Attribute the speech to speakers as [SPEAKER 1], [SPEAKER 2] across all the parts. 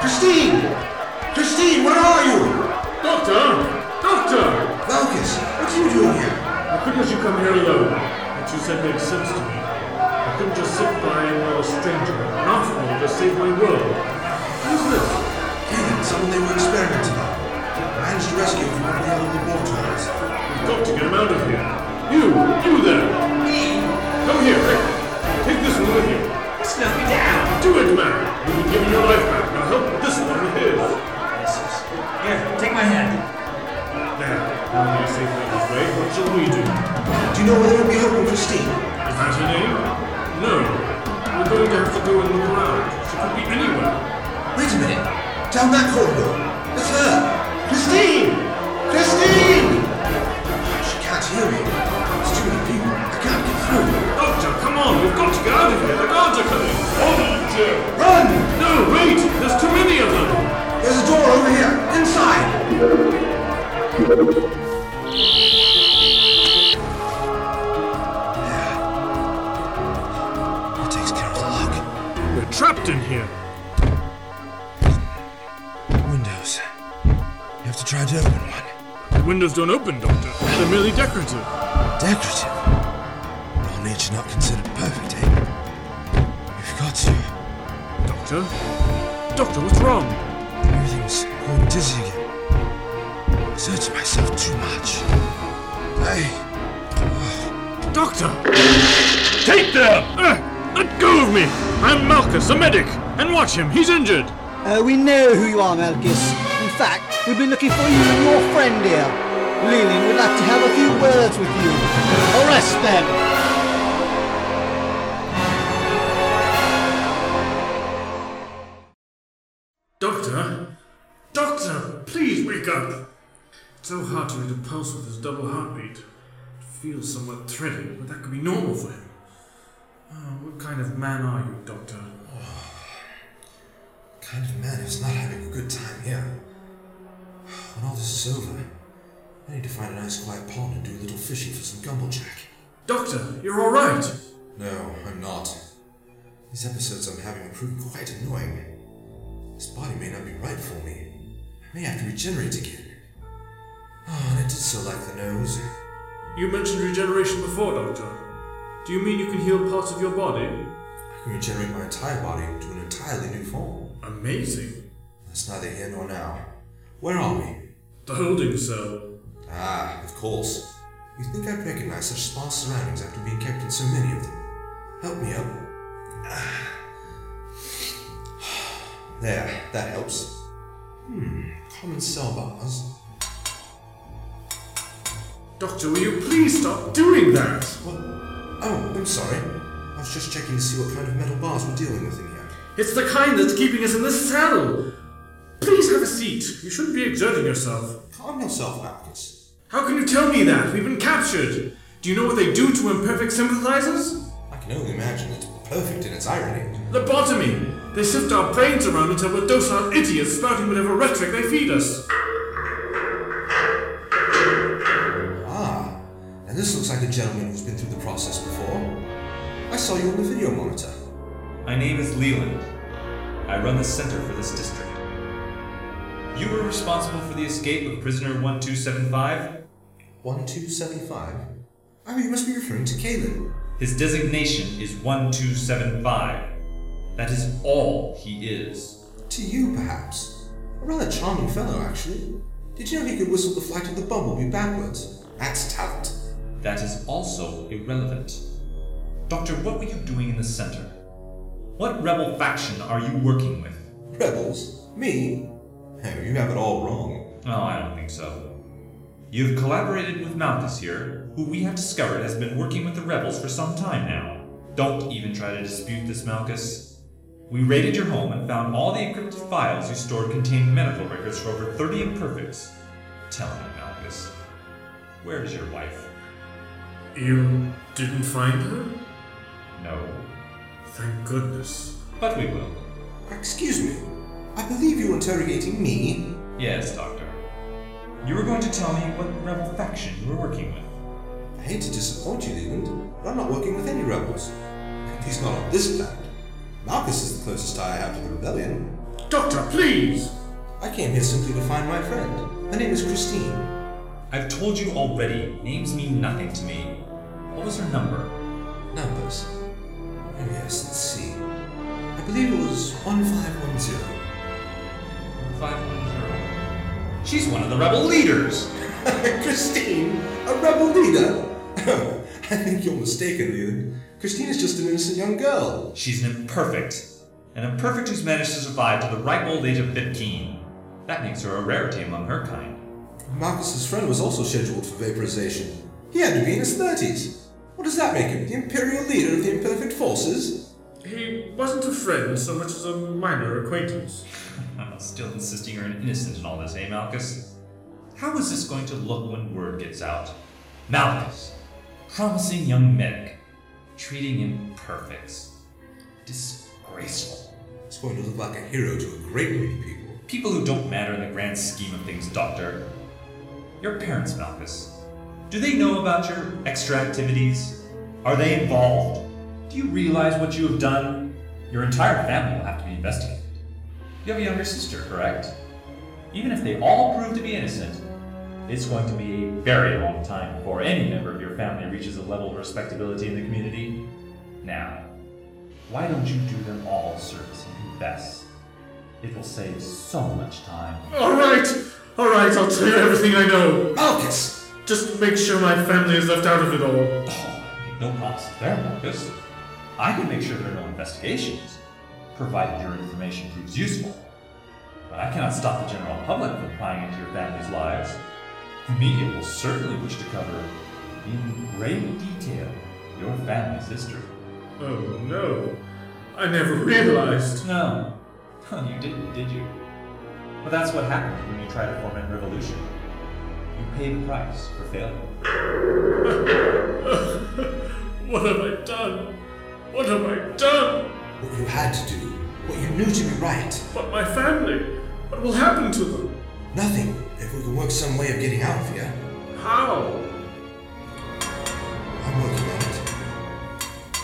[SPEAKER 1] Christine! Christine, where are you?
[SPEAKER 2] Doctor! Doctor!
[SPEAKER 1] Malchus, what are you doing here?
[SPEAKER 2] I figured you come here alone. What you said makes sense to me. I couldn't just sit by and allow a stranger, an outlaw, to save my world. Who's this?
[SPEAKER 1] Kagan, someone they were experimenting on. I managed to rescue him from one of the other laboratories.
[SPEAKER 2] We've got to get him out of here. You! You there! Come here, quick. Take this one with you.
[SPEAKER 3] Snuff me down!
[SPEAKER 2] Do it, man! You've been given your life back. Now help this one with his.
[SPEAKER 3] Here, take my hand.
[SPEAKER 2] There. Now you're safe out of the way. What shall we do?
[SPEAKER 1] Do you know where they would be hoping Christine?
[SPEAKER 2] Is that her name? No. We're going to have to go and look around. She could be anywhere.
[SPEAKER 1] Wait a minute. Down that corridor. It's her. Christine! Christine! She can't hear me. It's too many people. I can't get through.
[SPEAKER 2] Doctor, come on, we've got to get out of here. The guards are coming. Hold on, Joe.
[SPEAKER 1] Run!
[SPEAKER 2] No, wait! There's too many of them!
[SPEAKER 1] There's a door over here. Inside. That takes care of the lock.
[SPEAKER 2] We're trapped in here.
[SPEAKER 1] Windows. You have to try to open one.
[SPEAKER 2] The windows don't open, Doctor. They're merely decorative.
[SPEAKER 1] Decorative. All nature's not considered perfect, eh? You've got to.
[SPEAKER 2] Doctor? Doctor, what's wrong?
[SPEAKER 1] Everything's going dizzy again. I Search myself too much. I.
[SPEAKER 2] Doctor! Take them! Uh, let go of me! I'm Malchus, a medic! And watch him, he's injured!
[SPEAKER 4] Uh, we know who you are, Malchus. In fact, we've been looking for you and your friend here. Leland would like to have a few words with you. Arrest them!
[SPEAKER 2] Doctor? Doctor, please wake up! It's so hard to read a pulse with his double heartbeat. It feels somewhat thrilling, but that could be normal for him. Oh, what kind of man are you, Doctor?
[SPEAKER 1] Kind of man who's not having a good time here. When all this is over, I need to find a nice quiet pond and do a little fishing for some gumbo jack.
[SPEAKER 2] Doctor, you're alright!
[SPEAKER 1] No, I'm not. These episodes I'm having are proving quite annoying. This body may not be right for me. I may have to regenerate again. Oh, and I did so like the nose.
[SPEAKER 2] You mentioned regeneration before, Doctor. Do you mean you can heal parts of your body?
[SPEAKER 1] I can regenerate my entire body into an entirely new form.
[SPEAKER 2] Amazing.
[SPEAKER 1] That's neither here nor now. Where are we?
[SPEAKER 2] The holding cell.
[SPEAKER 1] Ah, of course. you think I'd recognize such sparse surroundings after being kept in so many of them. Help me up. Ah. There, that helps. Hmm, common cell bars.
[SPEAKER 2] Doctor, will you please stop doing that?
[SPEAKER 1] What? Oh, I'm sorry. I was just checking to see what kind of metal bars we're dealing with in here.
[SPEAKER 2] It's the kind that's keeping us in this cell! Please have a seat. You shouldn't be exerting yourself.
[SPEAKER 1] Calm yourself, Marcus.
[SPEAKER 2] How can you tell me that? We've been captured. Do you know what they do to imperfect sympathizers?
[SPEAKER 1] I can only imagine it's perfect in its irony.
[SPEAKER 2] Lobotomy. They sift our brains around until we're docile idiots spouting whatever rhetoric they feed us.
[SPEAKER 1] Ah, and this looks like a gentleman who's been through the process before. I saw you on the video monitor.
[SPEAKER 5] My name is Leland. I run the center for this district. You were responsible for the escape of prisoner 1275.
[SPEAKER 1] 1275? Oh, you must be referring to Kalen.
[SPEAKER 5] His designation is 1275. That is all he is.
[SPEAKER 1] To you, perhaps. A rather charming fellow, actually. Did you know he could whistle the flight of the bumblebee backwards? That's talent.
[SPEAKER 5] That is also irrelevant. Doctor, what were you doing in the center? What rebel faction are you working with?
[SPEAKER 1] Rebels? Me? Oh, you have it all wrong.
[SPEAKER 5] Oh, I don't think so. You've collaborated with Malchus here, who we have discovered has been working with the rebels for some time now. Don't even try to dispute this, Malchus. We raided your home and found all the encrypted files you stored contained medical records for over 30 imperfects. Tell me, Malchus, where is your wife?
[SPEAKER 2] You didn't find her?
[SPEAKER 5] No.
[SPEAKER 2] Thank goodness.
[SPEAKER 5] But we will.
[SPEAKER 1] Excuse me. I believe you're interrogating me.
[SPEAKER 5] Yes, Doctor. You were going to tell me what rebel faction you were working with.
[SPEAKER 1] I hate to disappoint you, Leland, but I'm not working with any rebels. At least not on this planet. Marcus is the closest tie I have to the rebellion.
[SPEAKER 2] Doctor, please!
[SPEAKER 1] I came here simply to find my friend. Her name is Christine.
[SPEAKER 5] I've told you already, names mean nothing to me. What was her number?
[SPEAKER 1] Numbers. Oh, yes, let's see. I believe it was 1510.
[SPEAKER 5] 510. She's one of the rebel leaders!
[SPEAKER 1] Christine, a rebel leader? I think you're mistaken, Leland. Christine is just an innocent young girl.
[SPEAKER 5] She's an imperfect. An imperfect who's managed to survive to the ripe old age of 15. That makes her a rarity among her kind.
[SPEAKER 1] Marcus's friend was also scheduled for vaporization. He had to be in his 30s. What does that make him? The imperial leader of the imperfect forces?
[SPEAKER 2] He wasn't a friend so much as a minor acquaintance.
[SPEAKER 5] Still insisting you're an innocent in all this, eh, Malchus? How is this going to look when word gets out? Malchus, promising young medic, treating imperfects. Disgraceful.
[SPEAKER 1] It's going to look like a hero to a great many people.
[SPEAKER 5] People who don't matter in the grand scheme of things, Doctor. Your parents, Malchus, do they know about your extra activities? Are they involved? Do you realize what you have done? Your entire family will have to be investigated. You have a younger sister, correct? Even if they all prove to be innocent, it's going to be a very long time before any member of your family reaches a level of respectability in the community. Now, why don't you do them all a service and confess? It will save so much time.
[SPEAKER 2] Alright! Alright, I'll tell you everything I know.
[SPEAKER 1] Malchus!
[SPEAKER 2] Just make sure my family is left out of it all.
[SPEAKER 5] Oh, no promises there, Marcus. I can make sure there are no investigations, provided your information proves useful. But I cannot stop the general public from prying into your family's lives. The media will certainly wish to cover, in grave detail, your family's history.
[SPEAKER 2] Oh no. I never realized.
[SPEAKER 5] No, you didn't, did you? But that's what happens when you try to form a revolution. You pay the price for failure.
[SPEAKER 2] What have I done? What have I done?
[SPEAKER 1] What you had to do, what you knew to be right.
[SPEAKER 2] But my family? What will happen to them?
[SPEAKER 1] Nothing. If we can work some way of getting out of here,
[SPEAKER 2] How?
[SPEAKER 1] I'm working on it.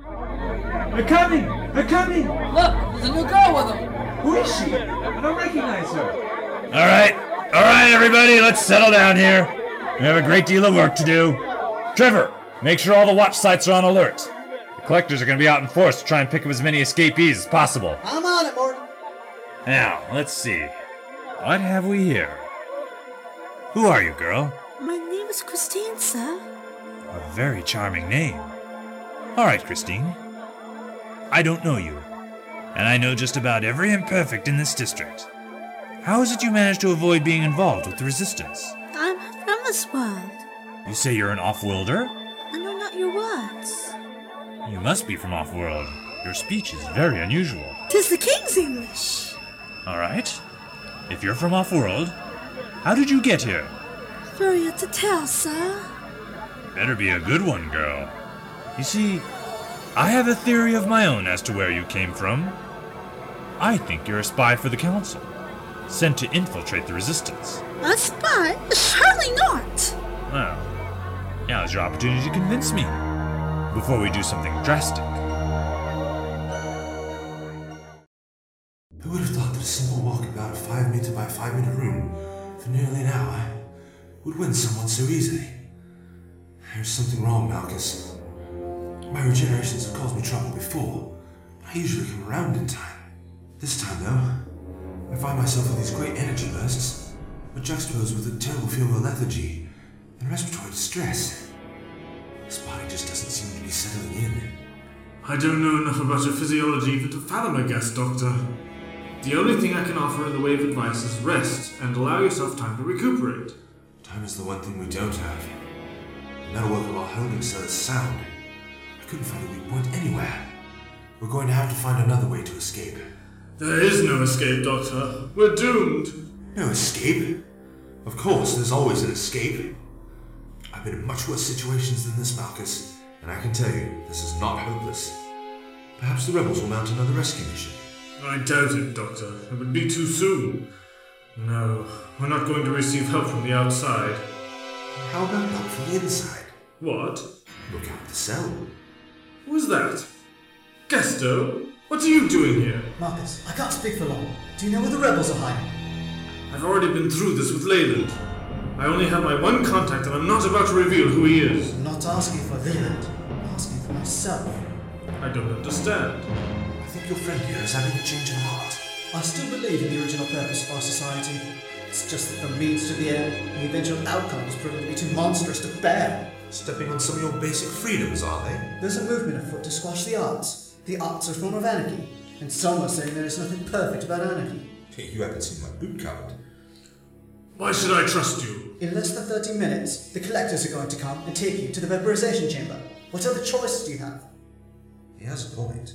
[SPEAKER 6] They're coming! They're coming!
[SPEAKER 7] Look, there's a new girl with him.
[SPEAKER 6] Who is she? I don't recognize her.
[SPEAKER 8] All right, all right, everybody, let's settle down here. We have a great deal of work to do. Trevor, make sure all the watch sites are on alert. The collectors are going to be out in force to try and pick up as many escapees as possible.
[SPEAKER 4] I'm on it, Morton.
[SPEAKER 8] Now, let's see. What have we here? Who are you, girl?
[SPEAKER 9] My name is Christine, sir.
[SPEAKER 8] A very charming name. All right, Christine. I don't know you, and I know just about every imperfect in this district. How is it you managed to avoid being involved with the resistance?
[SPEAKER 9] I'm from this world.
[SPEAKER 8] You say you're an off-worlder?
[SPEAKER 9] I know not your words.
[SPEAKER 8] You must be from off-world. Your speech is very unusual.
[SPEAKER 9] Tis the king's English.
[SPEAKER 8] All right. If you're from off-world, how did you get here?
[SPEAKER 9] For you to tell, sir.
[SPEAKER 8] Better be a good one, girl. You see, I have a theory of my own as to where you came from. I think you're a spy for the Council, sent to infiltrate the Resistance.
[SPEAKER 9] A spy? Surely not.
[SPEAKER 8] Well, now's your opportunity to convince me before we do something drastic.
[SPEAKER 1] Who would have thought that a simple walk about a five meter by five minute room for nearly an hour would win someone so easily? There's something wrong, Malchus. My regenerations have caused me trouble before, but I usually come around in time. This time, though, I find myself with these great energy bursts, but juxtaposed with a terrible feeling of lethargy and respiratory distress. This body just doesn't seem to be settling in.
[SPEAKER 2] I don't know enough about your physiology even to fathom a guess, Doctor. The only thing I can offer in the way of advice is rest and allow yourself time to recuperate.
[SPEAKER 1] Time is the one thing we don't have. The metalwork of our holding cell is sound. I couldn't find a weak point anywhere. We're going to have to find another way to escape.
[SPEAKER 2] There is no escape, Doctor. We're doomed.
[SPEAKER 1] No escape? Of course, there's always an escape. I've been in much worse situations than this, Malchus, and I can tell you, this is not hopeless. Perhaps the rebels will mount another rescue mission.
[SPEAKER 2] I doubt it, Doctor. It would be too soon. No, we're not going to receive help from the outside.
[SPEAKER 1] How about help from the inside?
[SPEAKER 2] What?
[SPEAKER 10] Look out the cell.
[SPEAKER 2] Who's that? Gesto? What are you doing here?
[SPEAKER 4] Marcus, I can't speak for long. Do you know where the rebels are hiding?
[SPEAKER 2] I've already been through this with Leyland. I only have my one contact and I'm not about to reveal who he is.
[SPEAKER 4] I'm not asking for Leland. I'm asking for myself.
[SPEAKER 2] I don't understand.
[SPEAKER 10] I think your friend here is having a change of heart.
[SPEAKER 4] I still believe in the original purpose of our society. It's just that the means to the end and the eventual outcome has proven to be too monstrous to bear.
[SPEAKER 10] Stepping on some of your basic freedoms, are they?
[SPEAKER 4] There's a movement afoot to squash the arts. The arts are a form of anarchy, and some are saying there is nothing perfect about anarchy.
[SPEAKER 10] Hey, you haven't seen my boot cupboard.
[SPEAKER 2] Why should I trust you?
[SPEAKER 4] In less than 30 minutes, the collectors are going to come and take you to the vaporization chamber. What other choice do you have?
[SPEAKER 10] He has a point.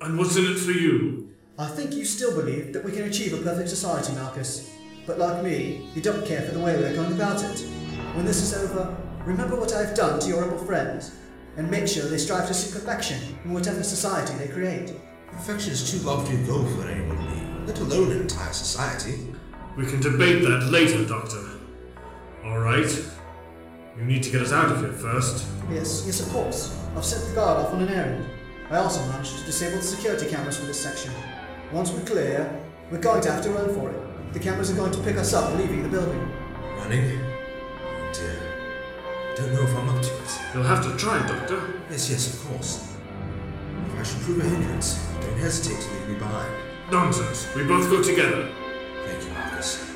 [SPEAKER 2] And what's in it for you?
[SPEAKER 4] I think you still believe that we can achieve a perfect society, Marcus. But like me, you don't care for the way we're going about it. When this is over, remember what I've done to your rebel friends, and make sure they strive to seek perfection in whatever society they create.
[SPEAKER 10] Perfection is too lofty a goal for anyone to meet, let alone an entire society.
[SPEAKER 2] We can debate that later, Doctor. Alright. You need to get us out of here first.
[SPEAKER 4] Yes, yes, of course. I've sent the guard off on an errand. I also managed to disable the security cameras for this section. Once we're clear, we're going to have to run for it. The cameras are going to pick us up leaving the building.
[SPEAKER 10] Running? Oh dear. Don't know if I'm up to it.
[SPEAKER 2] You'll have to try, Doctor.
[SPEAKER 10] Yes, yes, of course. If I should prove a hindrance, don't hesitate to leave me behind.
[SPEAKER 2] Nonsense. We both go together.
[SPEAKER 10] Thank you, Marcus.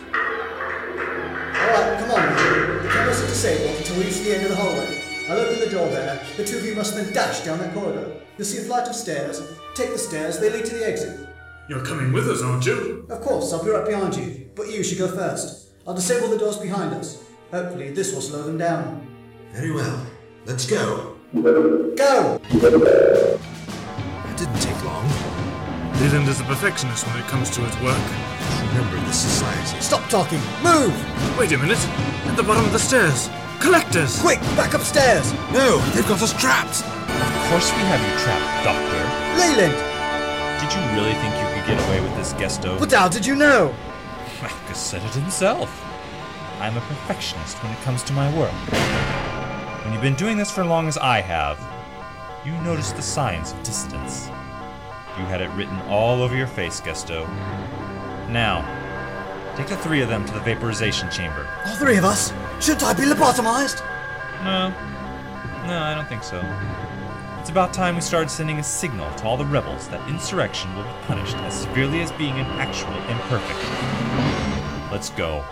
[SPEAKER 4] Alright, come on. The cameras are disabled until we reach the end of the hallway. I'll open the door there. The two of you must then dash down that corridor. You'll see a flight of stairs. Take the stairs, they lead to the exit.
[SPEAKER 2] You're coming with us, aren't you?
[SPEAKER 4] Of course, I'll be right behind you, but you should go first. I'll disable the doors behind us. Hopefully, this will slow them down.
[SPEAKER 10] Very well. Let's go.
[SPEAKER 4] Go!
[SPEAKER 10] That didn't take long.
[SPEAKER 2] Leland is a perfectionist when it comes to his work.
[SPEAKER 10] Remember the society.
[SPEAKER 4] Stop talking! Move!
[SPEAKER 2] Wait a minute. At the bottom of the stairs. Collectors!
[SPEAKER 4] Quick, back upstairs!
[SPEAKER 10] No, they've got us trapped!
[SPEAKER 8] Of course we have you trapped, Doctor.
[SPEAKER 4] Leyland!
[SPEAKER 8] Did you really think you could get away with this gesto?
[SPEAKER 4] What how did you know?
[SPEAKER 8] Marcus said it himself. I'm a perfectionist when it comes to my work. When you've been doing this for as long as I have, you notice the signs of dissidence. You had it written all over your face, Gesto. Now, take the three of them to the vaporization chamber.
[SPEAKER 4] All three of us? Should I be lobotomized?
[SPEAKER 8] No. No, I don't think so. It's about time we started sending a signal to all the rebels that insurrection will be punished as severely as being an actual imperfection. Let's go.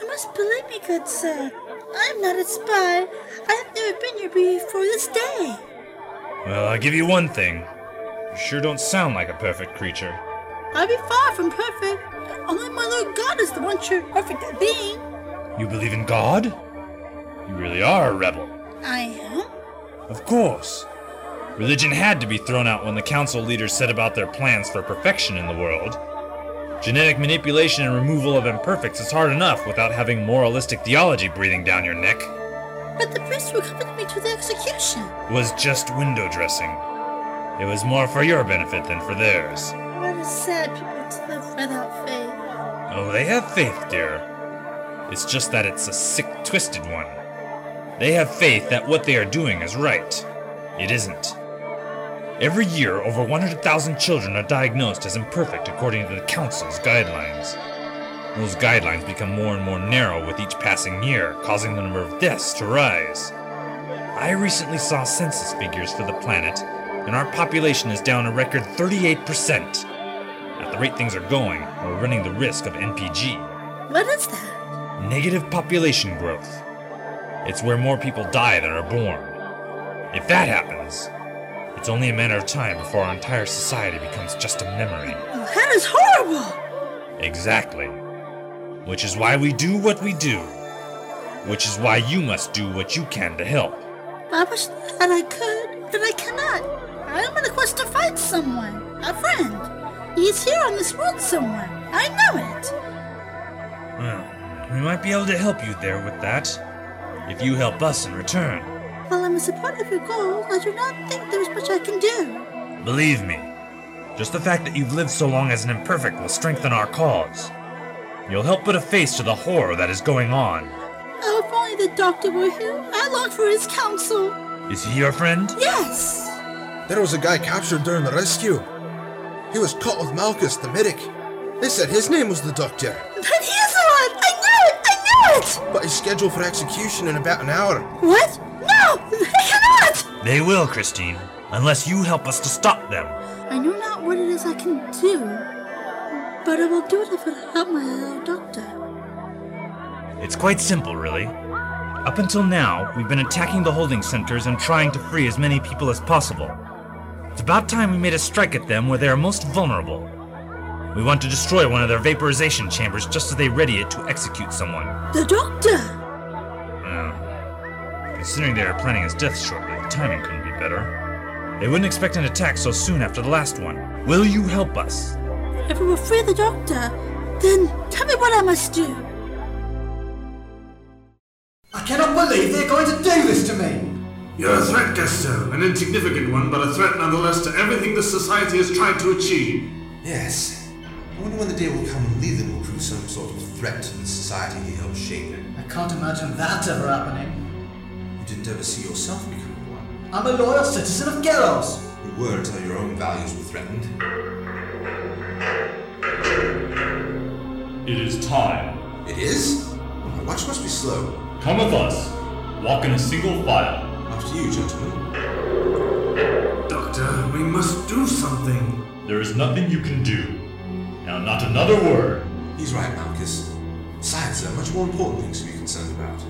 [SPEAKER 9] You must believe me, good sir. I'm not a spy. I have never been here before this day.
[SPEAKER 8] Well, I give you one thing. You sure don't sound like a perfect creature.
[SPEAKER 9] I'd be far from perfect. Only my Lord God is the one true perfect being.
[SPEAKER 8] You believe in God? You really are a rebel.
[SPEAKER 9] I am.
[SPEAKER 8] Of course. Religion had to be thrown out when the council leaders set about their plans for perfection in the world. Genetic manipulation and removal of imperfects is hard enough without having moralistic theology breathing down your neck.
[SPEAKER 9] But the priests will accompany me to the execution.
[SPEAKER 8] Was just window dressing. It was more for your benefit than for theirs.
[SPEAKER 9] What a sad people to live without faith.
[SPEAKER 8] Oh, they have faith, dear. It's just that it's a sick, twisted one. They have faith that what they are doing is right. It isn't. Every year, over 100,000 children are diagnosed as imperfect according to the Council's guidelines. Those guidelines become more and more narrow with each passing year, causing the number of deaths to rise. I recently saw census figures for the planet, and our population is down a record 38%. At the rate things are going, we're running the risk of NPG.
[SPEAKER 9] What is that?
[SPEAKER 8] Negative population growth. It's where more people die than are born. If that happens, it's only a matter of time before our entire society becomes just a memory.
[SPEAKER 9] Oh, that is horrible.
[SPEAKER 8] Exactly. Which is why we do what we do. Which is why you must do what you can to help.
[SPEAKER 9] I wish that I could, but I cannot. I am on a quest to find someone, a friend. He's here on this world somewhere. I know it.
[SPEAKER 8] Well, we might be able to help you there with that. If you help us in return.
[SPEAKER 9] While I'm a supporter of your goals, I do not think there's much I can do.
[SPEAKER 8] Believe me, just the fact that you've lived so long as an imperfect will strengthen our cause. You'll help put a face to the horror that is going on.
[SPEAKER 9] Oh, if only the doctor were here. I long for his counsel.
[SPEAKER 8] Is he your friend?
[SPEAKER 9] Yes!
[SPEAKER 11] There was a guy captured during the rescue. He was caught with Malchus, the medic. They said his name was the Doctor,
[SPEAKER 9] But he is the one! I know it! I know it!
[SPEAKER 11] but he's scheduled for execution in about an hour.
[SPEAKER 9] What? No! They cannot!
[SPEAKER 8] They will, Christine, unless you help us to stop them.
[SPEAKER 9] I know not what it is I can do, but I will do it if it help my little doctor.
[SPEAKER 8] It's quite simple, really. Up until now, we've been attacking the holding centers and trying to free as many people as possible. It's about time we made a strike at them where they are most vulnerable. We want to destroy one of their vaporization chambers just as they ready it to execute someone.
[SPEAKER 9] The doctor!
[SPEAKER 8] Well, Um, Considering they are planning his death shortly, the timing couldn't be better. They wouldn't expect an attack so soon after the last one. Will you help us?
[SPEAKER 9] If we will free the doctor, then tell me what I must do.
[SPEAKER 4] I cannot believe they're going to do this to me!
[SPEAKER 2] You're a threat, Gaston. An insignificant one, but a threat nonetheless to everything this society has tried to achieve.
[SPEAKER 1] Yes. I wonder when the day will come when Leland will prove some sort of threat to the society he helped shape.
[SPEAKER 4] I can't imagine that ever happening.
[SPEAKER 1] You didn't ever see yourself become one.
[SPEAKER 4] I'm a loyal citizen of Gelos!
[SPEAKER 1] You were until your own values were threatened.
[SPEAKER 5] It is time.
[SPEAKER 1] It is? My watch must be slow.
[SPEAKER 5] Come with us. Walk in a single file.
[SPEAKER 1] After you, gentlemen.
[SPEAKER 2] Doctor, we must do something.
[SPEAKER 5] There is nothing you can do. Now, not another word.
[SPEAKER 1] He's right, Malchus. Besides, there are much more important things to be concerned about.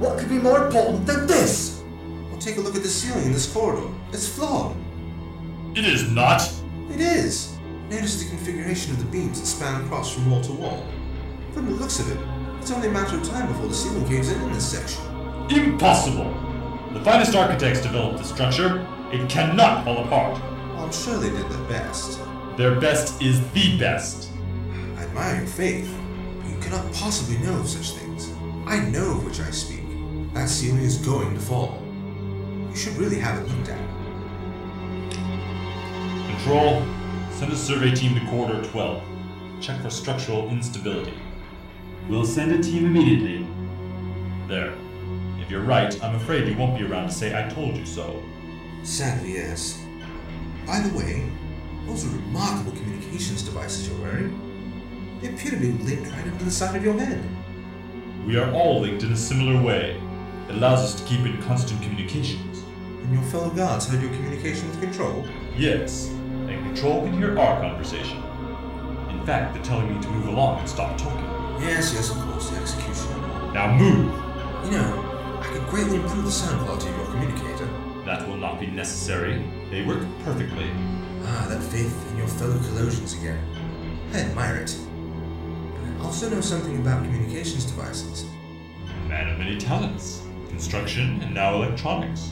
[SPEAKER 4] What could be more important than this?
[SPEAKER 1] Well, take a look at the ceiling in this corridor. It's flawed.
[SPEAKER 5] It is not.
[SPEAKER 1] It is. Notice the configuration of the beams that span across from wall to wall. From the looks of it, it's only a matter of time before the ceiling caves in in this section.
[SPEAKER 5] Impossible. The finest architects developed the structure. It cannot fall apart.
[SPEAKER 1] I'm sure they did their best.
[SPEAKER 5] Their best is the best.
[SPEAKER 1] I admire your faith, but you cannot possibly know of such things. I know of which I speak. That ceiling is going to fall. You should really have it looked at.
[SPEAKER 5] Control, send a survey team to corridor 12. Check for structural instability. We'll send a team immediately. There. If you're right, I'm afraid you won't be around to say I told you so.
[SPEAKER 1] Sadly, yes. By the way, those are remarkable communications devices you're wearing. They appear to be linked right into the side of your head.
[SPEAKER 5] We are all linked in a similar way. It allows us to keep in constant communications.
[SPEAKER 1] And your fellow guards heard your communication with control.
[SPEAKER 5] Yes, and Control can hear our conversation. In fact, they're telling me to move along and stop talking.
[SPEAKER 1] Yes, yes, of course, the executioner.
[SPEAKER 5] Now move!
[SPEAKER 1] You know, I could greatly improve the sound quality of your communicator.
[SPEAKER 5] That will not be necessary. They work perfectly.
[SPEAKER 1] Ah, that faith in your fellow Colossians again. I admire it. But I also know something about communications devices.
[SPEAKER 5] Man of many talents. Construction and now electronics.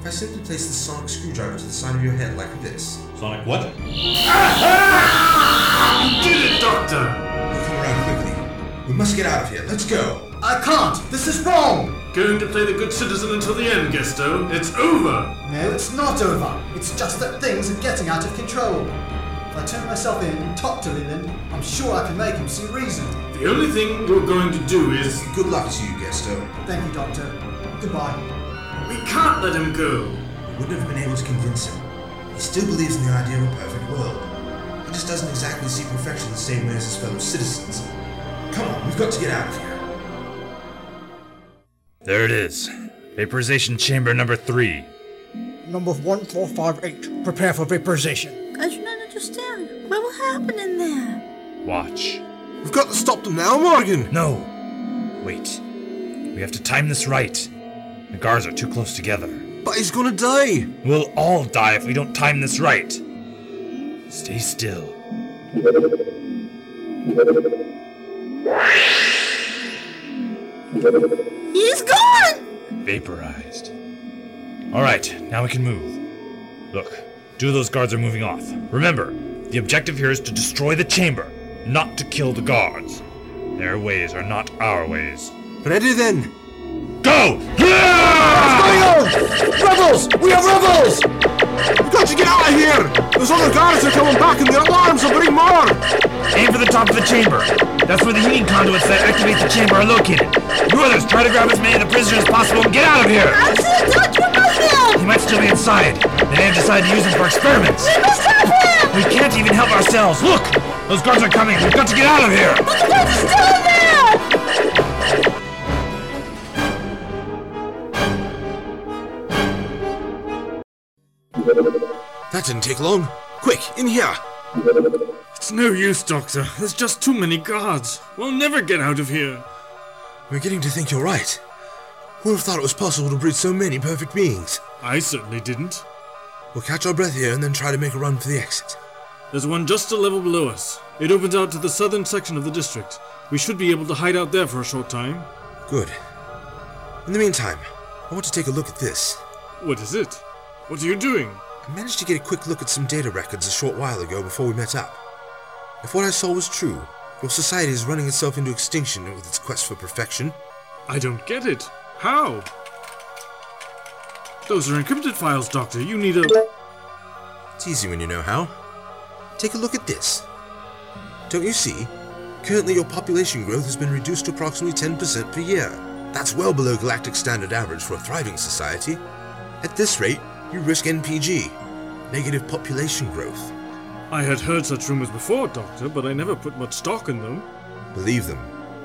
[SPEAKER 1] If I simply place the sonic screwdriver to the side of your head like this,
[SPEAKER 5] Sonic what?
[SPEAKER 2] You did it, Doctor!
[SPEAKER 1] it'll come around quickly. We must get out of here. Let's go.
[SPEAKER 4] I can't! This is wrong!
[SPEAKER 2] Going to play the good citizen until the end, Gaston. It's over!
[SPEAKER 4] No, it's not over. It's just that things are getting out of control. If I turn myself in and talk to Leland, I'm sure I can make him see reason.
[SPEAKER 2] The only thing we're going to do is.
[SPEAKER 1] Good luck to you, Gesto.
[SPEAKER 4] Thank you, Doctor. Goodbye.
[SPEAKER 2] We can't let him go!
[SPEAKER 1] I wouldn't have been able to convince him. He still believes in the idea of a perfect world. He just doesn't exactly see perfection the same way as his fellow citizens. Come on, we've got to get out of here.
[SPEAKER 8] There it is. Vaporization chamber number three.
[SPEAKER 12] Number 1458. Prepare for vaporization.
[SPEAKER 9] I do not understand. What will happen in there?
[SPEAKER 8] Watch.
[SPEAKER 11] We've got to stop them now, Morgan!
[SPEAKER 8] No! Wait. We have to time this right. The guards are too close together.
[SPEAKER 11] But he's gonna die!
[SPEAKER 8] We'll all die if we don't time this right. Stay still.
[SPEAKER 9] He is gone!
[SPEAKER 8] Vaporized. All right, now we can move. Look, two of those guards are moving off. Remember, the objective here is to destroy the chamber, not to kill the guards. Their ways are not our ways.
[SPEAKER 11] Ready then!
[SPEAKER 8] Go!
[SPEAKER 11] Rebels! We are rebels! We've got to get out of here! Those other guards are coming back and their alarms will bring more!
[SPEAKER 8] Aim for the top of the chamber. That's where the heating conduits that activate the chamber are located. You others, try to grab as many of the prisoners as possible and get out of here! He might still be inside. They may have decided to use him for experiments. We
[SPEAKER 9] must stop him!
[SPEAKER 8] We can't even help ourselves. Look! Those guards are coming. We've got to get out of here!
[SPEAKER 9] But the guards are still in there!
[SPEAKER 1] That didn't take long. Quick, in here!
[SPEAKER 2] It's no use, Doctor. There's just too many guards. We'll never get out of here.
[SPEAKER 1] I'm beginning to think you're right. Who would have thought it was possible to breed so many perfect beings?
[SPEAKER 2] I certainly didn't.
[SPEAKER 1] We'll catch our breath here and then try to make a run for the exit.
[SPEAKER 2] There's one just a level below us. It opens out to the southern section of the district. We should be able to hide out there for a short time.
[SPEAKER 1] Good. In the meantime, I want to take a look at this.
[SPEAKER 2] What is it? What are you doing?
[SPEAKER 1] I managed to get a quick look at some data records a short while ago before we met up. If what I saw was true, your society is running itself into extinction with its quest for perfection.
[SPEAKER 2] I don't get it. How? Those are encrypted files, Doctor. You need a.
[SPEAKER 1] It's easy when you know how. Take a look at this. Don't you see? Currently, your population growth has been reduced to approximately 10% per year. That's well below galactic standard average for a thriving society. At this rate, you risk NPG, negative population growth.
[SPEAKER 2] I had heard such rumors before, Doctor, but I never put much stock in them.
[SPEAKER 1] Believe them.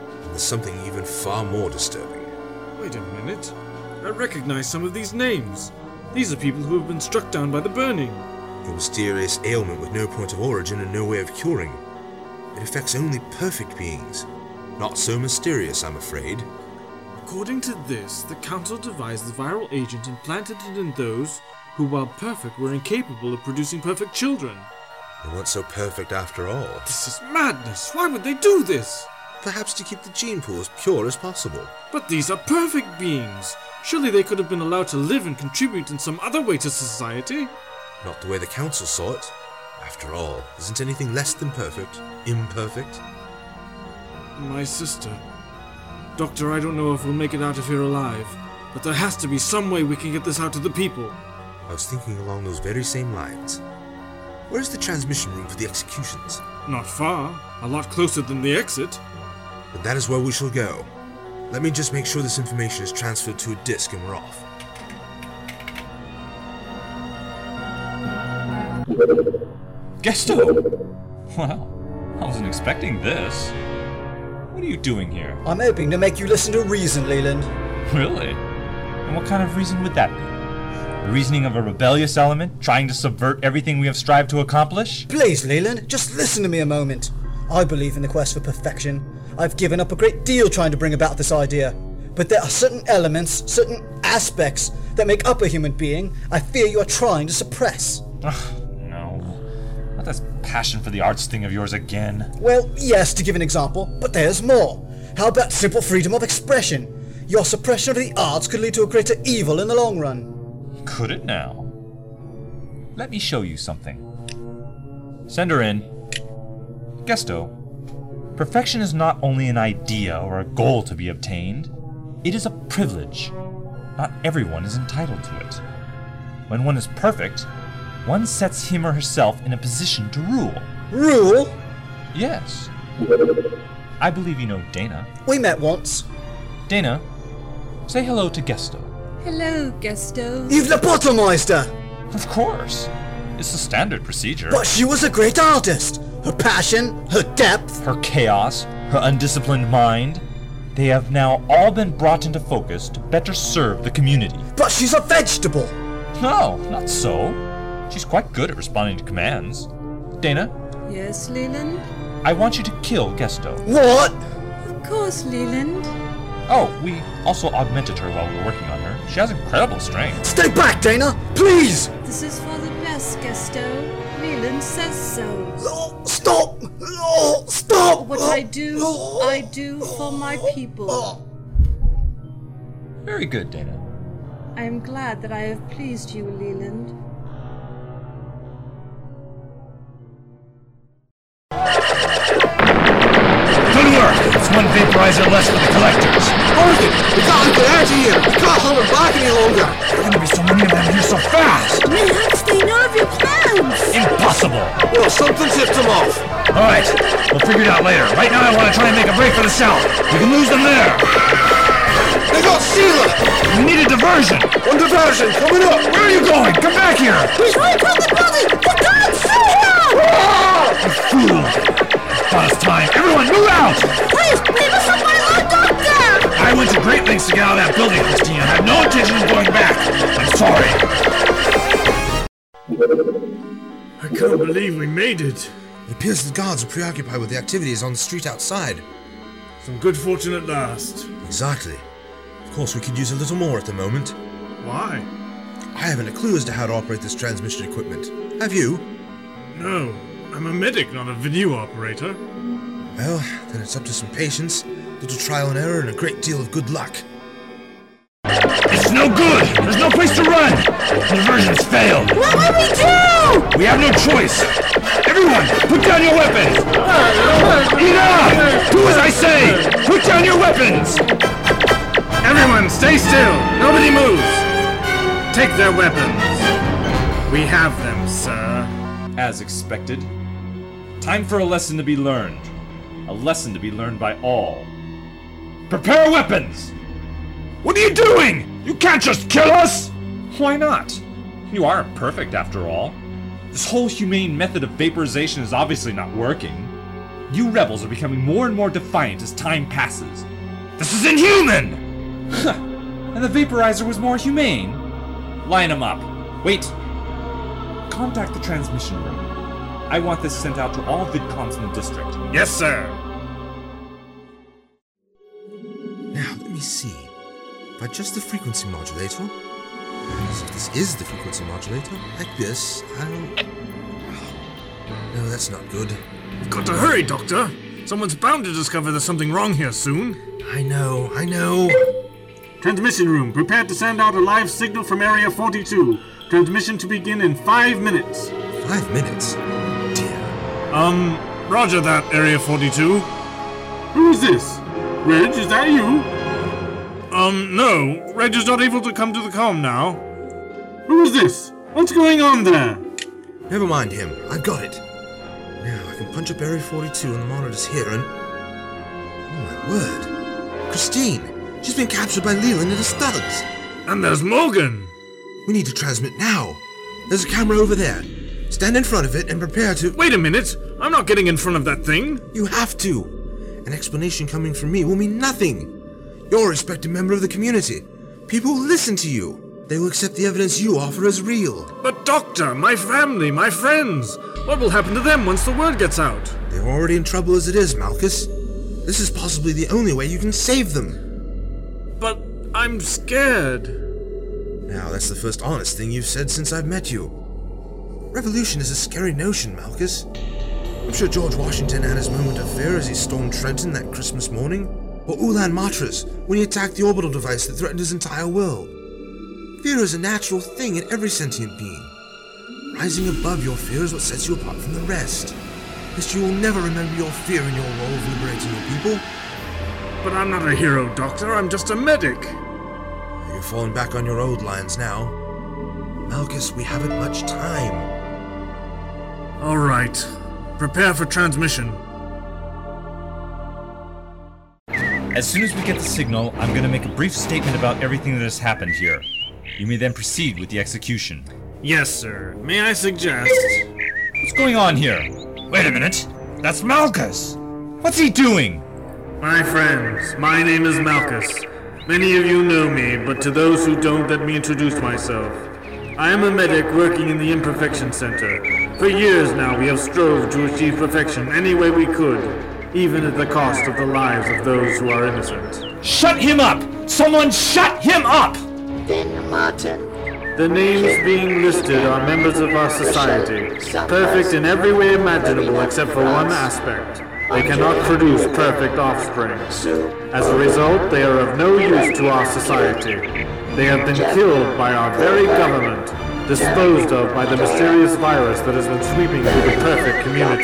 [SPEAKER 1] And there's something even far more disturbing.
[SPEAKER 2] Wait a minute. I recognize some of these names. These are people who have been struck down by the burning.
[SPEAKER 1] Your mysterious ailment with no point of origin and no way of curing. It affects only perfect beings. Not so mysterious, I'm afraid.
[SPEAKER 2] According to this, the Council devised the viral agent and planted it in those who, while perfect, were incapable of producing perfect children.
[SPEAKER 1] They weren't so perfect after all.
[SPEAKER 2] This is madness! Why would they do this?
[SPEAKER 1] Perhaps to keep the gene pool as pure as possible.
[SPEAKER 2] But these are perfect beings! Surely they could have been allowed to live and contribute in some other way to society?
[SPEAKER 1] Not the way the Council saw it. After all, isn't anything less than perfect imperfect?
[SPEAKER 2] My sister. Doctor, I don't know if we'll make it out of here alive, but there has to be some way we can get this out to the people.
[SPEAKER 1] I was thinking along those very same lines. Where's the transmission room for the executions?
[SPEAKER 2] Not far, a lot closer than the exit.
[SPEAKER 1] But that is where we shall go. Let me just make sure this information is transferred to a disk and we're off.
[SPEAKER 5] Gesto! Well, I wasn't expecting this. What are you doing here?
[SPEAKER 4] I'm hoping to make you listen to reason, Leland.
[SPEAKER 5] Really? And what kind of reason would that be? The reasoning of a rebellious element trying to subvert everything we have strived to accomplish?
[SPEAKER 4] Please, Leland, just listen to me a moment. I believe in the quest for perfection. I've given up a great deal trying to bring about this idea. But there are certain elements, certain aspects that make up a human being I fear you are trying to suppress.
[SPEAKER 5] Ugh, no. Not this passion for the arts thing of yours again.
[SPEAKER 4] Well, yes, to give an example, but there's more. How about simple freedom of expression? Your suppression of the arts could lead to a greater evil in the long run.
[SPEAKER 5] Could it now? Let me show you something. Send her in. Gesto. Perfection is not only an idea or a goal to be obtained, it is a privilege. Not everyone is entitled to it. When one is perfect, one sets him or herself in a position to rule.
[SPEAKER 4] Rule?
[SPEAKER 5] Yes. I believe you know Dana.
[SPEAKER 4] We met once.
[SPEAKER 5] Dana, say hello to Gesto.
[SPEAKER 13] Hello, Gusto.
[SPEAKER 4] You've lobotomized her!
[SPEAKER 5] Of course. It's the standard procedure.
[SPEAKER 4] But she was a great artist! Her passion, her depth.
[SPEAKER 5] her chaos, her undisciplined mind, they have now all been brought into focus to better serve the community.
[SPEAKER 4] But she's a vegetable!
[SPEAKER 5] No, not so. She's quite good at responding to commands. Dana,
[SPEAKER 13] Yes, Leland?
[SPEAKER 5] I want you to kill Gesto.
[SPEAKER 4] What?
[SPEAKER 13] Of course, Leland.
[SPEAKER 5] Oh, we also augmented her while we were working on her. She has incredible strength.
[SPEAKER 4] Stay back, Dana! Please!
[SPEAKER 13] This is for the best, Gusto. Leland says so.
[SPEAKER 4] Oh, stop! Oh, stop!
[SPEAKER 13] What I do, I do for my people.
[SPEAKER 5] Very good, Dana.
[SPEAKER 13] I am glad that I have pleased you, Leland.
[SPEAKER 8] Good work! It's one vaporizer less for the collectors.
[SPEAKER 1] Horrific! We gotta get out of here! We can't hold her back any longer!
[SPEAKER 8] There are gonna be so many of them here so fast!
[SPEAKER 9] Perhaps they know of your plans!
[SPEAKER 8] Impossible!
[SPEAKER 1] Well, something tipped them off!
[SPEAKER 8] Alright, we'll figure it out later. Right now, I want to try and make a break for the south. We can lose them there.
[SPEAKER 1] They got Sealer!
[SPEAKER 8] We need a diversion!
[SPEAKER 1] One diversion, coming up!
[SPEAKER 8] Where are you going? Come back here!
[SPEAKER 9] He's right from the building! The God's Sealer!
[SPEAKER 8] You fool! About it's time. Everyone, move out!
[SPEAKER 9] Please, leave us with my little dog there!
[SPEAKER 8] I went to great lengths to get out of that building, Christine. I have no intention of going back. I'm sorry.
[SPEAKER 2] I can't believe we made it.
[SPEAKER 1] It appears the guards are preoccupied with the activities on the street outside.
[SPEAKER 2] Some good fortune at last.
[SPEAKER 1] Exactly. Of course, we could use a little more at the moment.
[SPEAKER 2] Why?
[SPEAKER 1] I haven't a clue as to how to operate this transmission equipment. Have you?
[SPEAKER 2] No, I'm a medic, not a video operator.
[SPEAKER 1] Well, then it's up to some patience, little trial and error, and a great deal of good luck.
[SPEAKER 8] It's no good! There's no place to run! Diversion's failed!
[SPEAKER 9] What will we do?
[SPEAKER 8] We have no choice! Everyone, put down your weapons! Enough! Do as I say! Put down your weapons!
[SPEAKER 2] Everyone, stay still! Nobody moves! Take their weapons. We have them, sir.
[SPEAKER 5] As expected. Time for a lesson to be learned. A lesson to be learned by all.
[SPEAKER 8] Prepare weapons! What are you doing? You can't just kill us!
[SPEAKER 5] Why not? You aren't perfect after all. This whole humane method of vaporization is obviously not working. You rebels are becoming more and more defiant as time passes.
[SPEAKER 8] This is inhuman!
[SPEAKER 5] And the vaporizer was more humane. Line them up. Wait. Contact the transmission room. I want this sent out to all VidComs in the district.
[SPEAKER 2] Yes, sir.
[SPEAKER 1] Now, let me see. If I adjust the frequency modulator. So if this is the frequency modulator, like this, I don't. No, that's not good.
[SPEAKER 2] We've got to hurry, Doctor. Someone's bound to discover there's something wrong here soon.
[SPEAKER 1] I know, I know.
[SPEAKER 14] Transmission room, prepared to send out a live signal from Area 42. Transmission to begin in five minutes.
[SPEAKER 1] Five minutes? Dear.
[SPEAKER 2] Um, roger that, Area 42.
[SPEAKER 14] Who's this? Reg, is that you?
[SPEAKER 2] Um, no. Reg is not able to come to the com now.
[SPEAKER 14] Who's this? What's going on there?
[SPEAKER 1] Never mind him. I've got it. Now I can punch up Area 42 on the monitors here and. Oh my word. Christine! She's been captured by Leland and his thugs!
[SPEAKER 2] And there's Morgan!
[SPEAKER 1] We need to transmit now! There's a camera over there. Stand in front of it and prepare to.
[SPEAKER 2] Wait a minute! I'm not getting in front of that thing!
[SPEAKER 1] You have to! An explanation coming from me will mean nothing! You're a respected member of the community. People will listen to you. They will accept the evidence you offer as real.
[SPEAKER 2] But, Doctor, my family, my friends! What will happen to them once the word gets out?
[SPEAKER 1] They're already in trouble as it is, Malchus. This is possibly the only way you can save them.
[SPEAKER 2] But I'm scared.
[SPEAKER 1] Now, that's the first honest thing you've said since I've met you. Revolution is a scary notion, Malchus. I'm sure George Washington had his moment of fear as he stormed Trenton that Christmas morning, or Ulan Matras when he attacked the orbital device that threatened his entire world. Fear is a natural thing in every sentient being. Rising above your fear is what sets you apart from the rest. History will never remember your fear in your role of liberating your people.
[SPEAKER 2] But I'm not a hero, Doctor. I'm just a medic.
[SPEAKER 1] You're falling back on your old lines now. Malchus, we haven't much time.
[SPEAKER 2] All right. Prepare for transmission.
[SPEAKER 5] As soon as we get the signal, I'm going to make a brief statement about everything that has happened here. You may then proceed with the execution.
[SPEAKER 2] Yes, sir. May I suggest?
[SPEAKER 5] What's going on here?
[SPEAKER 8] Wait a minute! That's Malchus!
[SPEAKER 5] What's he doing?
[SPEAKER 2] My friends, my name is Malchus. Many of you know me, but to those who don't, let me introduce myself. I am a medic working in the Imperfection Center. For years now, we have strove to achieve perfection any way we could, even at the cost of the lives of those who are innocent.
[SPEAKER 8] Shut him up! Someone shut him up!
[SPEAKER 15] Then Martin.
[SPEAKER 14] The names being listed are members of our society, perfect in every way imaginable except for one aspect. They cannot produce perfect offspring. As a result, they are of no use to our society. They have been killed by our very government, disposed of by the mysterious virus that has been sweeping through the perfect community.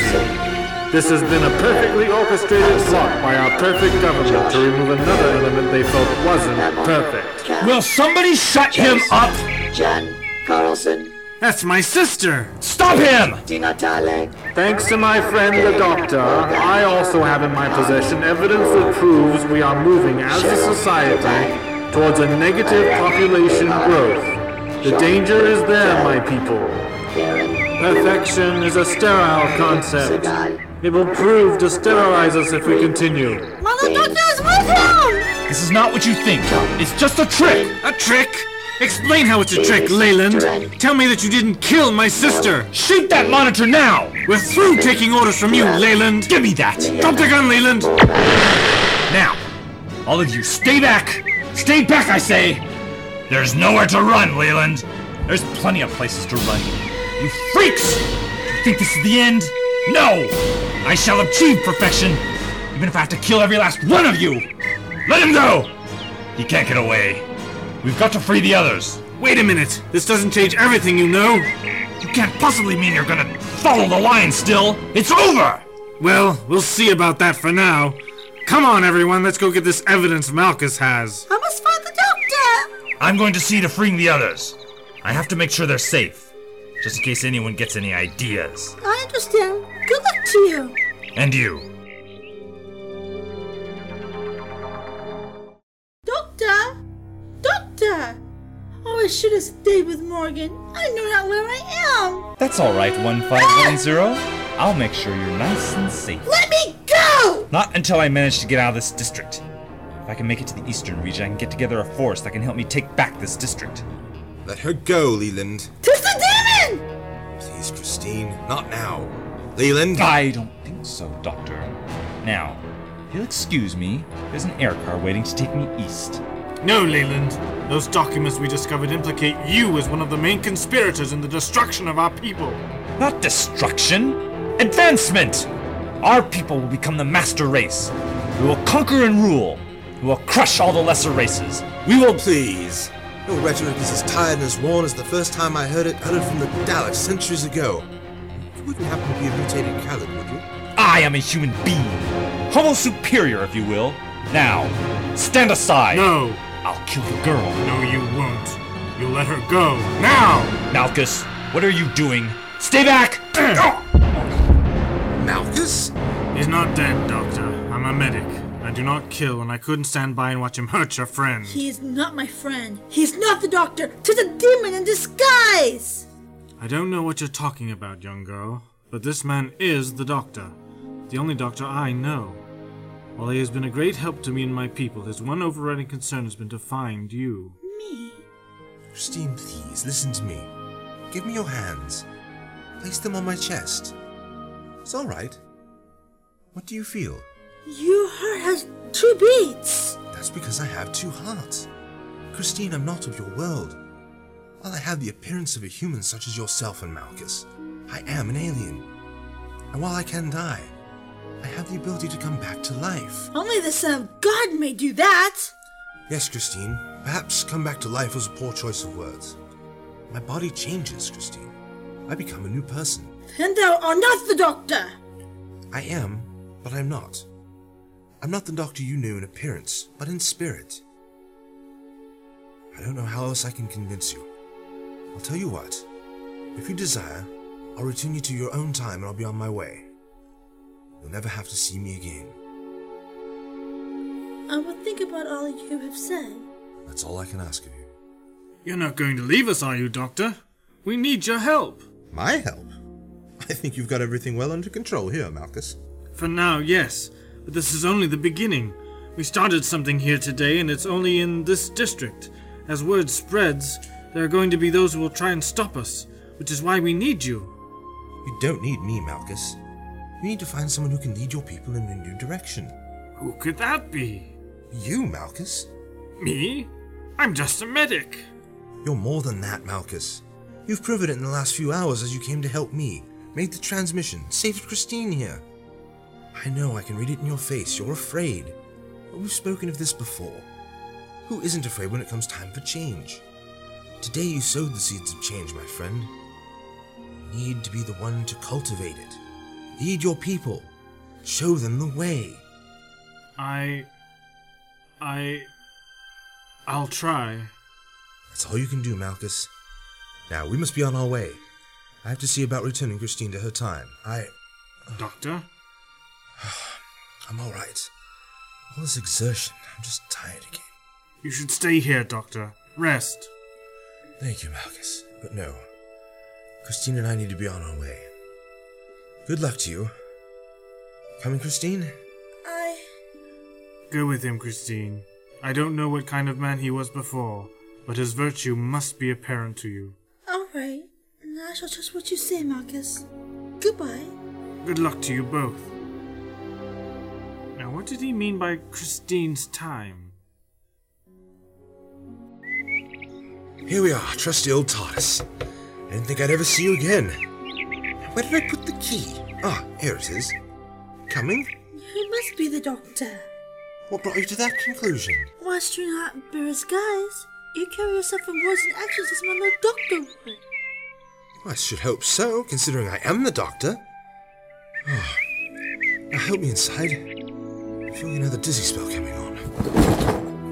[SPEAKER 14] This has been a perfectly orchestrated plot by our perfect government to remove another element they felt wasn't perfect.
[SPEAKER 8] Will somebody shut him up?
[SPEAKER 15] John Carlson.
[SPEAKER 2] That's my sister!
[SPEAKER 8] Stop him!
[SPEAKER 4] Do not dilate.
[SPEAKER 2] Thanks to my friend the doctor, I also have in my possession evidence that proves we are moving as a society towards a negative population growth. The danger is there, my people. Perfection is a sterile concept. It will prove to sterilize us if we continue.
[SPEAKER 9] Well, the doctor is with him!
[SPEAKER 8] This is not what you think.
[SPEAKER 2] It's just a trick! A trick? Explain how it's a trick, Leyland! Tell me that you didn't kill my sister!
[SPEAKER 8] Shoot that monitor now!
[SPEAKER 2] We're through taking orders from you, Leyland!
[SPEAKER 8] Give me that!
[SPEAKER 2] Drop the gun, Leyland!
[SPEAKER 8] Now, all of you, stay back! Stay back, I say! There's nowhere to run, Leland! There's plenty of places to run. You freaks! Do you think this is the end? No! I shall achieve perfection, even if I have to kill every last one of you! Let him go! He can't get away. We've got to free the others.
[SPEAKER 2] Wait a minute! This doesn't change everything you know!
[SPEAKER 8] You can't possibly mean you're gonna follow the line still! It's over!
[SPEAKER 2] Well, we'll see about that for now. Come on, everyone, let's go get this evidence Malchus has.
[SPEAKER 9] I must find the doctor!
[SPEAKER 8] I'm going to see to freeing the others. I have to make sure they're safe, just in case anyone gets any ideas.
[SPEAKER 9] I understand. Good luck to you.
[SPEAKER 8] And you.
[SPEAKER 9] Doctor! Doctor! Oh, I should have stayed with Morgan. I know not where I am.
[SPEAKER 8] That's all right, 1510. I'll make sure you're nice and safe.
[SPEAKER 9] Let me go!
[SPEAKER 8] Not until I manage to get out of this district. If I can make it to the eastern region, I can get together a force that can help me take back this district.
[SPEAKER 1] Let her go, Leland.
[SPEAKER 9] Tis the demon!
[SPEAKER 1] Please, Christine, not now. Leland!
[SPEAKER 8] I don't think so, Doctor. Now, if you'll excuse me, there's an air car waiting to take me east.
[SPEAKER 2] No, Leyland. Those documents we discovered implicate you as one of the main conspirators in the destruction of our people.
[SPEAKER 8] Not destruction! Advancement! Our people will become the master race. We will conquer and rule. We will crush all the lesser races. We will.
[SPEAKER 1] Please. Your rhetoric is as tired and as worn as the first time I heard it uttered from the Daleks centuries ago. You wouldn't happen to be a mutated Khaled, would you?
[SPEAKER 8] I am a human being. Homo superior, if you will. Now, stand aside.
[SPEAKER 2] No,
[SPEAKER 8] I'll kill the girl.
[SPEAKER 2] no, you won't. You let her go. Now!
[SPEAKER 8] Malchus, what are you doing? Stay back!
[SPEAKER 1] Malchus?
[SPEAKER 2] He's not dead, Doctor. I'm a medic. I do not kill, and I couldn't stand by and watch him hurt your friend.
[SPEAKER 9] He is not my friend. He is not the doctor. Tis a demon in disguise!
[SPEAKER 2] I don't know what you're talking about, young girl, but this man is the doctor. The only doctor I know. While he has been a great help to me and my people, his one overriding concern has been to find you.
[SPEAKER 9] Me?
[SPEAKER 1] Christine, please, listen to me. Give me your hands. Place them on my chest. It's all right. What do you feel?
[SPEAKER 9] Your heart has two beats.
[SPEAKER 1] That's because I have two hearts. Christine, I'm not of your world. While I have the appearance of a human such as yourself and Malchus, I am an alien. And while I can die, I have the ability to come back to life.
[SPEAKER 9] Only the Son of God may do that.
[SPEAKER 1] Yes, Christine, perhaps come back to life was a poor choice of words. My body changes, Christine. I become a new person.
[SPEAKER 9] And thou art not the doctor.
[SPEAKER 1] I am, but I'm not. I'm not the doctor you knew in appearance, but in spirit. I don't know how else I can convince you. I'll tell you what. If you desire, I'll return you to your own time and I'll be on my way. You'll never have to see me again.
[SPEAKER 9] I will think about all you have said.
[SPEAKER 1] That's all I can ask of you.
[SPEAKER 2] You're not going to leave us, are you, Doctor? We need your help.
[SPEAKER 1] My help? I think you've got everything well under control here, Malchus.
[SPEAKER 2] For now, yes, but this is only the beginning. We started something here today, and it's only in this district. As word spreads, there are going to be those who will try and stop us, which is why we need you.
[SPEAKER 1] You don't need me, Malchus. You need to find someone who can lead your people in a new direction.
[SPEAKER 2] Who could that be?
[SPEAKER 1] You, Malchus?
[SPEAKER 2] Me? I'm just a medic.
[SPEAKER 1] You're more than that, Malchus. You've proven it in the last few hours as you came to help me, made the transmission, saved Christine here. I know I can read it in your face. You're afraid. But we've spoken of this before. Who isn't afraid when it comes time for change? Today you sowed the seeds of change, my friend. You need to be the one to cultivate it. Lead your people. Show them the way.
[SPEAKER 2] I. I. I'll try.
[SPEAKER 1] That's all you can do, Malchus. Now, we must be on our way. I have to see about returning Christine to her time. I.
[SPEAKER 2] Doctor?
[SPEAKER 1] I'm alright. All this exertion, I'm just tired again.
[SPEAKER 2] You should stay here, Doctor. Rest.
[SPEAKER 1] Thank you, Malchus. But no. Christine and I need to be on our way. Good luck to you. Coming, Christine?
[SPEAKER 9] I.
[SPEAKER 2] Go with him, Christine. I don't know what kind of man he was before, but his virtue must be apparent to you.
[SPEAKER 9] All right. And I shall trust what you say, Marcus. Goodbye.
[SPEAKER 2] Good luck to you both. Now, what did he mean by Christine's time?
[SPEAKER 1] Here we are, trusty old TARDIS. I didn't think I'd ever see you again. Where did I put the key? Ah, here it is. Coming?
[SPEAKER 9] It must be the doctor.
[SPEAKER 1] What brought you to that conclusion?
[SPEAKER 9] Whilst you're not Beer's guys, you carry yourself in words and actions as my lord doctor would.
[SPEAKER 1] I should hope so, considering I am the doctor. Ah, now help me inside. I'm feeling another dizzy spell coming on.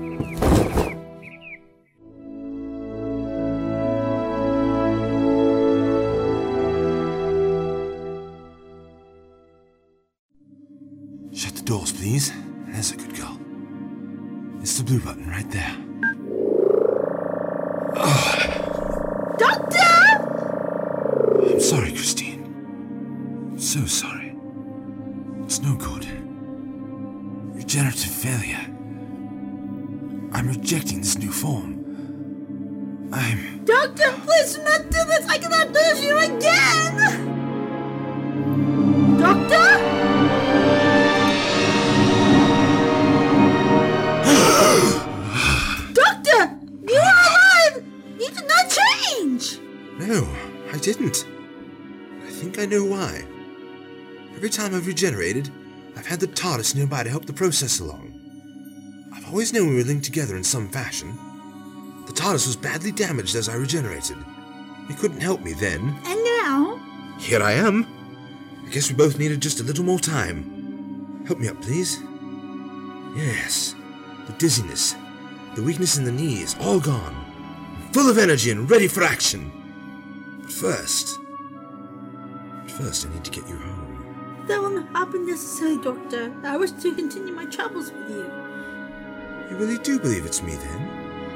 [SPEAKER 1] Shut the doors, please. That's a good girl. It's the blue button right there. Ah.
[SPEAKER 9] Doctor!
[SPEAKER 1] I'm sorry, Christine. I'm so sorry. It's no good. Regenerative failure. I'm rejecting this new form. I'm.
[SPEAKER 9] Doctor, please do not do this! I cannot do this to you again! Doctor? Doctor! You are alive! You did not change!
[SPEAKER 1] No, I didn't. I think I know why. Every time I've regenerated, I've had the TARDIS nearby to help the process along. I've always known we were linked together in some fashion. The TARDIS was badly damaged as I regenerated. It couldn't help me then.
[SPEAKER 9] And now?
[SPEAKER 1] Here I am. I guess we both needed just a little more time. Help me up, please. Yes. The dizziness, the weakness in the knees, all gone. I'm full of energy and ready for action. But first. But first, I need to get you home.
[SPEAKER 9] That will not happen necessarily, Doctor. I wish to continue my travels with you.
[SPEAKER 1] You really do believe it's me then?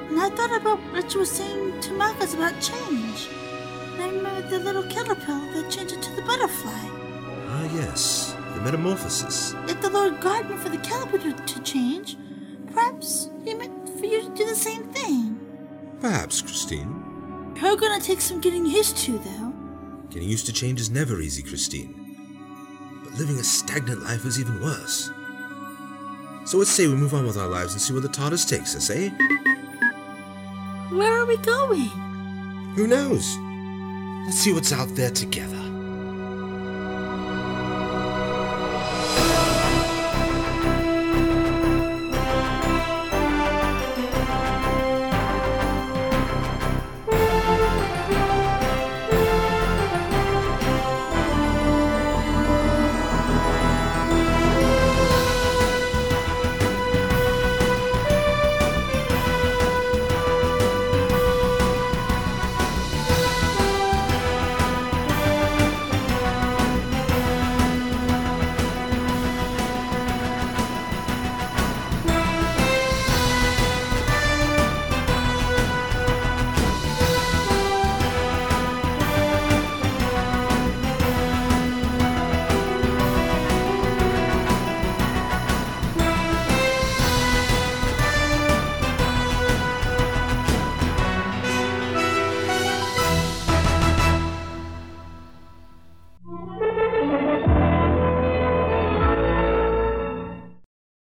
[SPEAKER 9] And I thought about what you were saying to Marcus about change. And I remembered the little caterpillar that changed into the butterfly.
[SPEAKER 1] Ah, yes. The metamorphosis.
[SPEAKER 9] If the Lord guard me for the caliber to change, perhaps he meant for you to do the same thing.
[SPEAKER 1] Perhaps, Christine.
[SPEAKER 9] You're gonna take some getting used to, though.
[SPEAKER 1] Getting used to change is never easy, Christine. But living a stagnant life is even worse. So let's say we move on with our lives and see where the TARDIS takes us, eh?
[SPEAKER 9] Where are we going?
[SPEAKER 1] Who knows? Let's see what's out there together.